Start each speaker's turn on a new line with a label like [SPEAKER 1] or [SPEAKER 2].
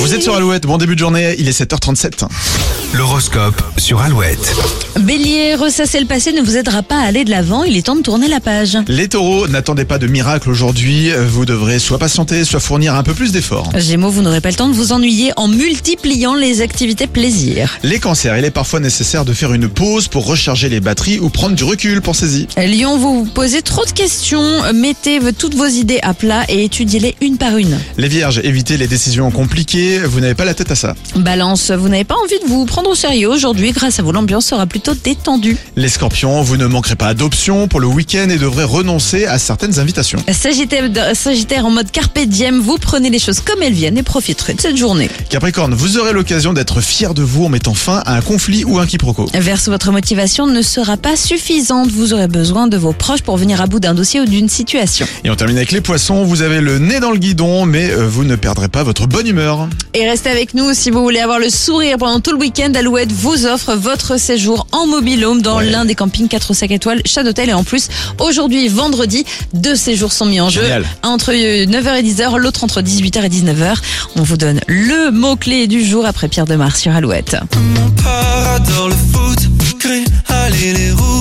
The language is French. [SPEAKER 1] Vous êtes sur Alouette, bon début de journée, il est 7h37.
[SPEAKER 2] L'horoscope sur Alouette.
[SPEAKER 3] Bélier, ressasser le passé ne vous aidera pas à aller de l'avant, il est temps de tourner la page.
[SPEAKER 1] Les taureaux, n'attendez pas de miracle aujourd'hui, vous devrez soit patienter, soit fournir un peu plus d'efforts.
[SPEAKER 3] Gémeaux, vous n'aurez pas le temps de vous ennuyer en multipliant les activités plaisir.
[SPEAKER 1] Les cancers, il est parfois nécessaire de faire une pause pour recharger les batteries ou prendre du recul, pensez-y.
[SPEAKER 3] Lyon, vous vous posez trop de questions, mettez toutes vos idées à plat et étudiez-les une par une.
[SPEAKER 1] Les vierges, évitez les décisions compliquées, vous n'avez pas la tête à ça.
[SPEAKER 3] Balance, vous n'avez pas envie de vous prendre au sérieux aujourd'hui, grâce à vous l'ambiance sera plutôt détendue.
[SPEAKER 1] Les scorpions, vous ne manquerez pas d'options pour le week-end et devrez renoncer à certaines invitations.
[SPEAKER 3] Sagittaire, Sagittaire en mode carpe diem, vous prenez les choses comme elles viennent et profiterez de cette journée.
[SPEAKER 1] Capricorne, vous aurez l'occasion d'être fier de vous en mettant fin à un conflit ou un quiproquo.
[SPEAKER 3] Verso, votre motivation ne sera pas suffisante, vous aurez besoin de vos proches pour venir à bout d'un dossier ou d'une situation.
[SPEAKER 1] Et on termine avec les poissons, vous avez le nez dans le guidon, mais euh, vous ne perdrez pas votre bonne humeur.
[SPEAKER 3] Et restez avec nous si vous voulez avoir le sourire pendant tout le week-end. Alouette vous offre votre séjour en mobilhome dans
[SPEAKER 1] Ouais.
[SPEAKER 3] l'un des campings 4 ou 5 étoiles, Châteautel. Et en plus, aujourd'hui, vendredi, deux séjours sont mis en jeu.
[SPEAKER 1] Génial.
[SPEAKER 3] Un Entre 9h et 10h, l'autre entre 18h et 19h. On vous donne le mot-clé du jour après Pierre Demar sur Alouette.
[SPEAKER 4] Mon père adore le foot, crie, allez les roues.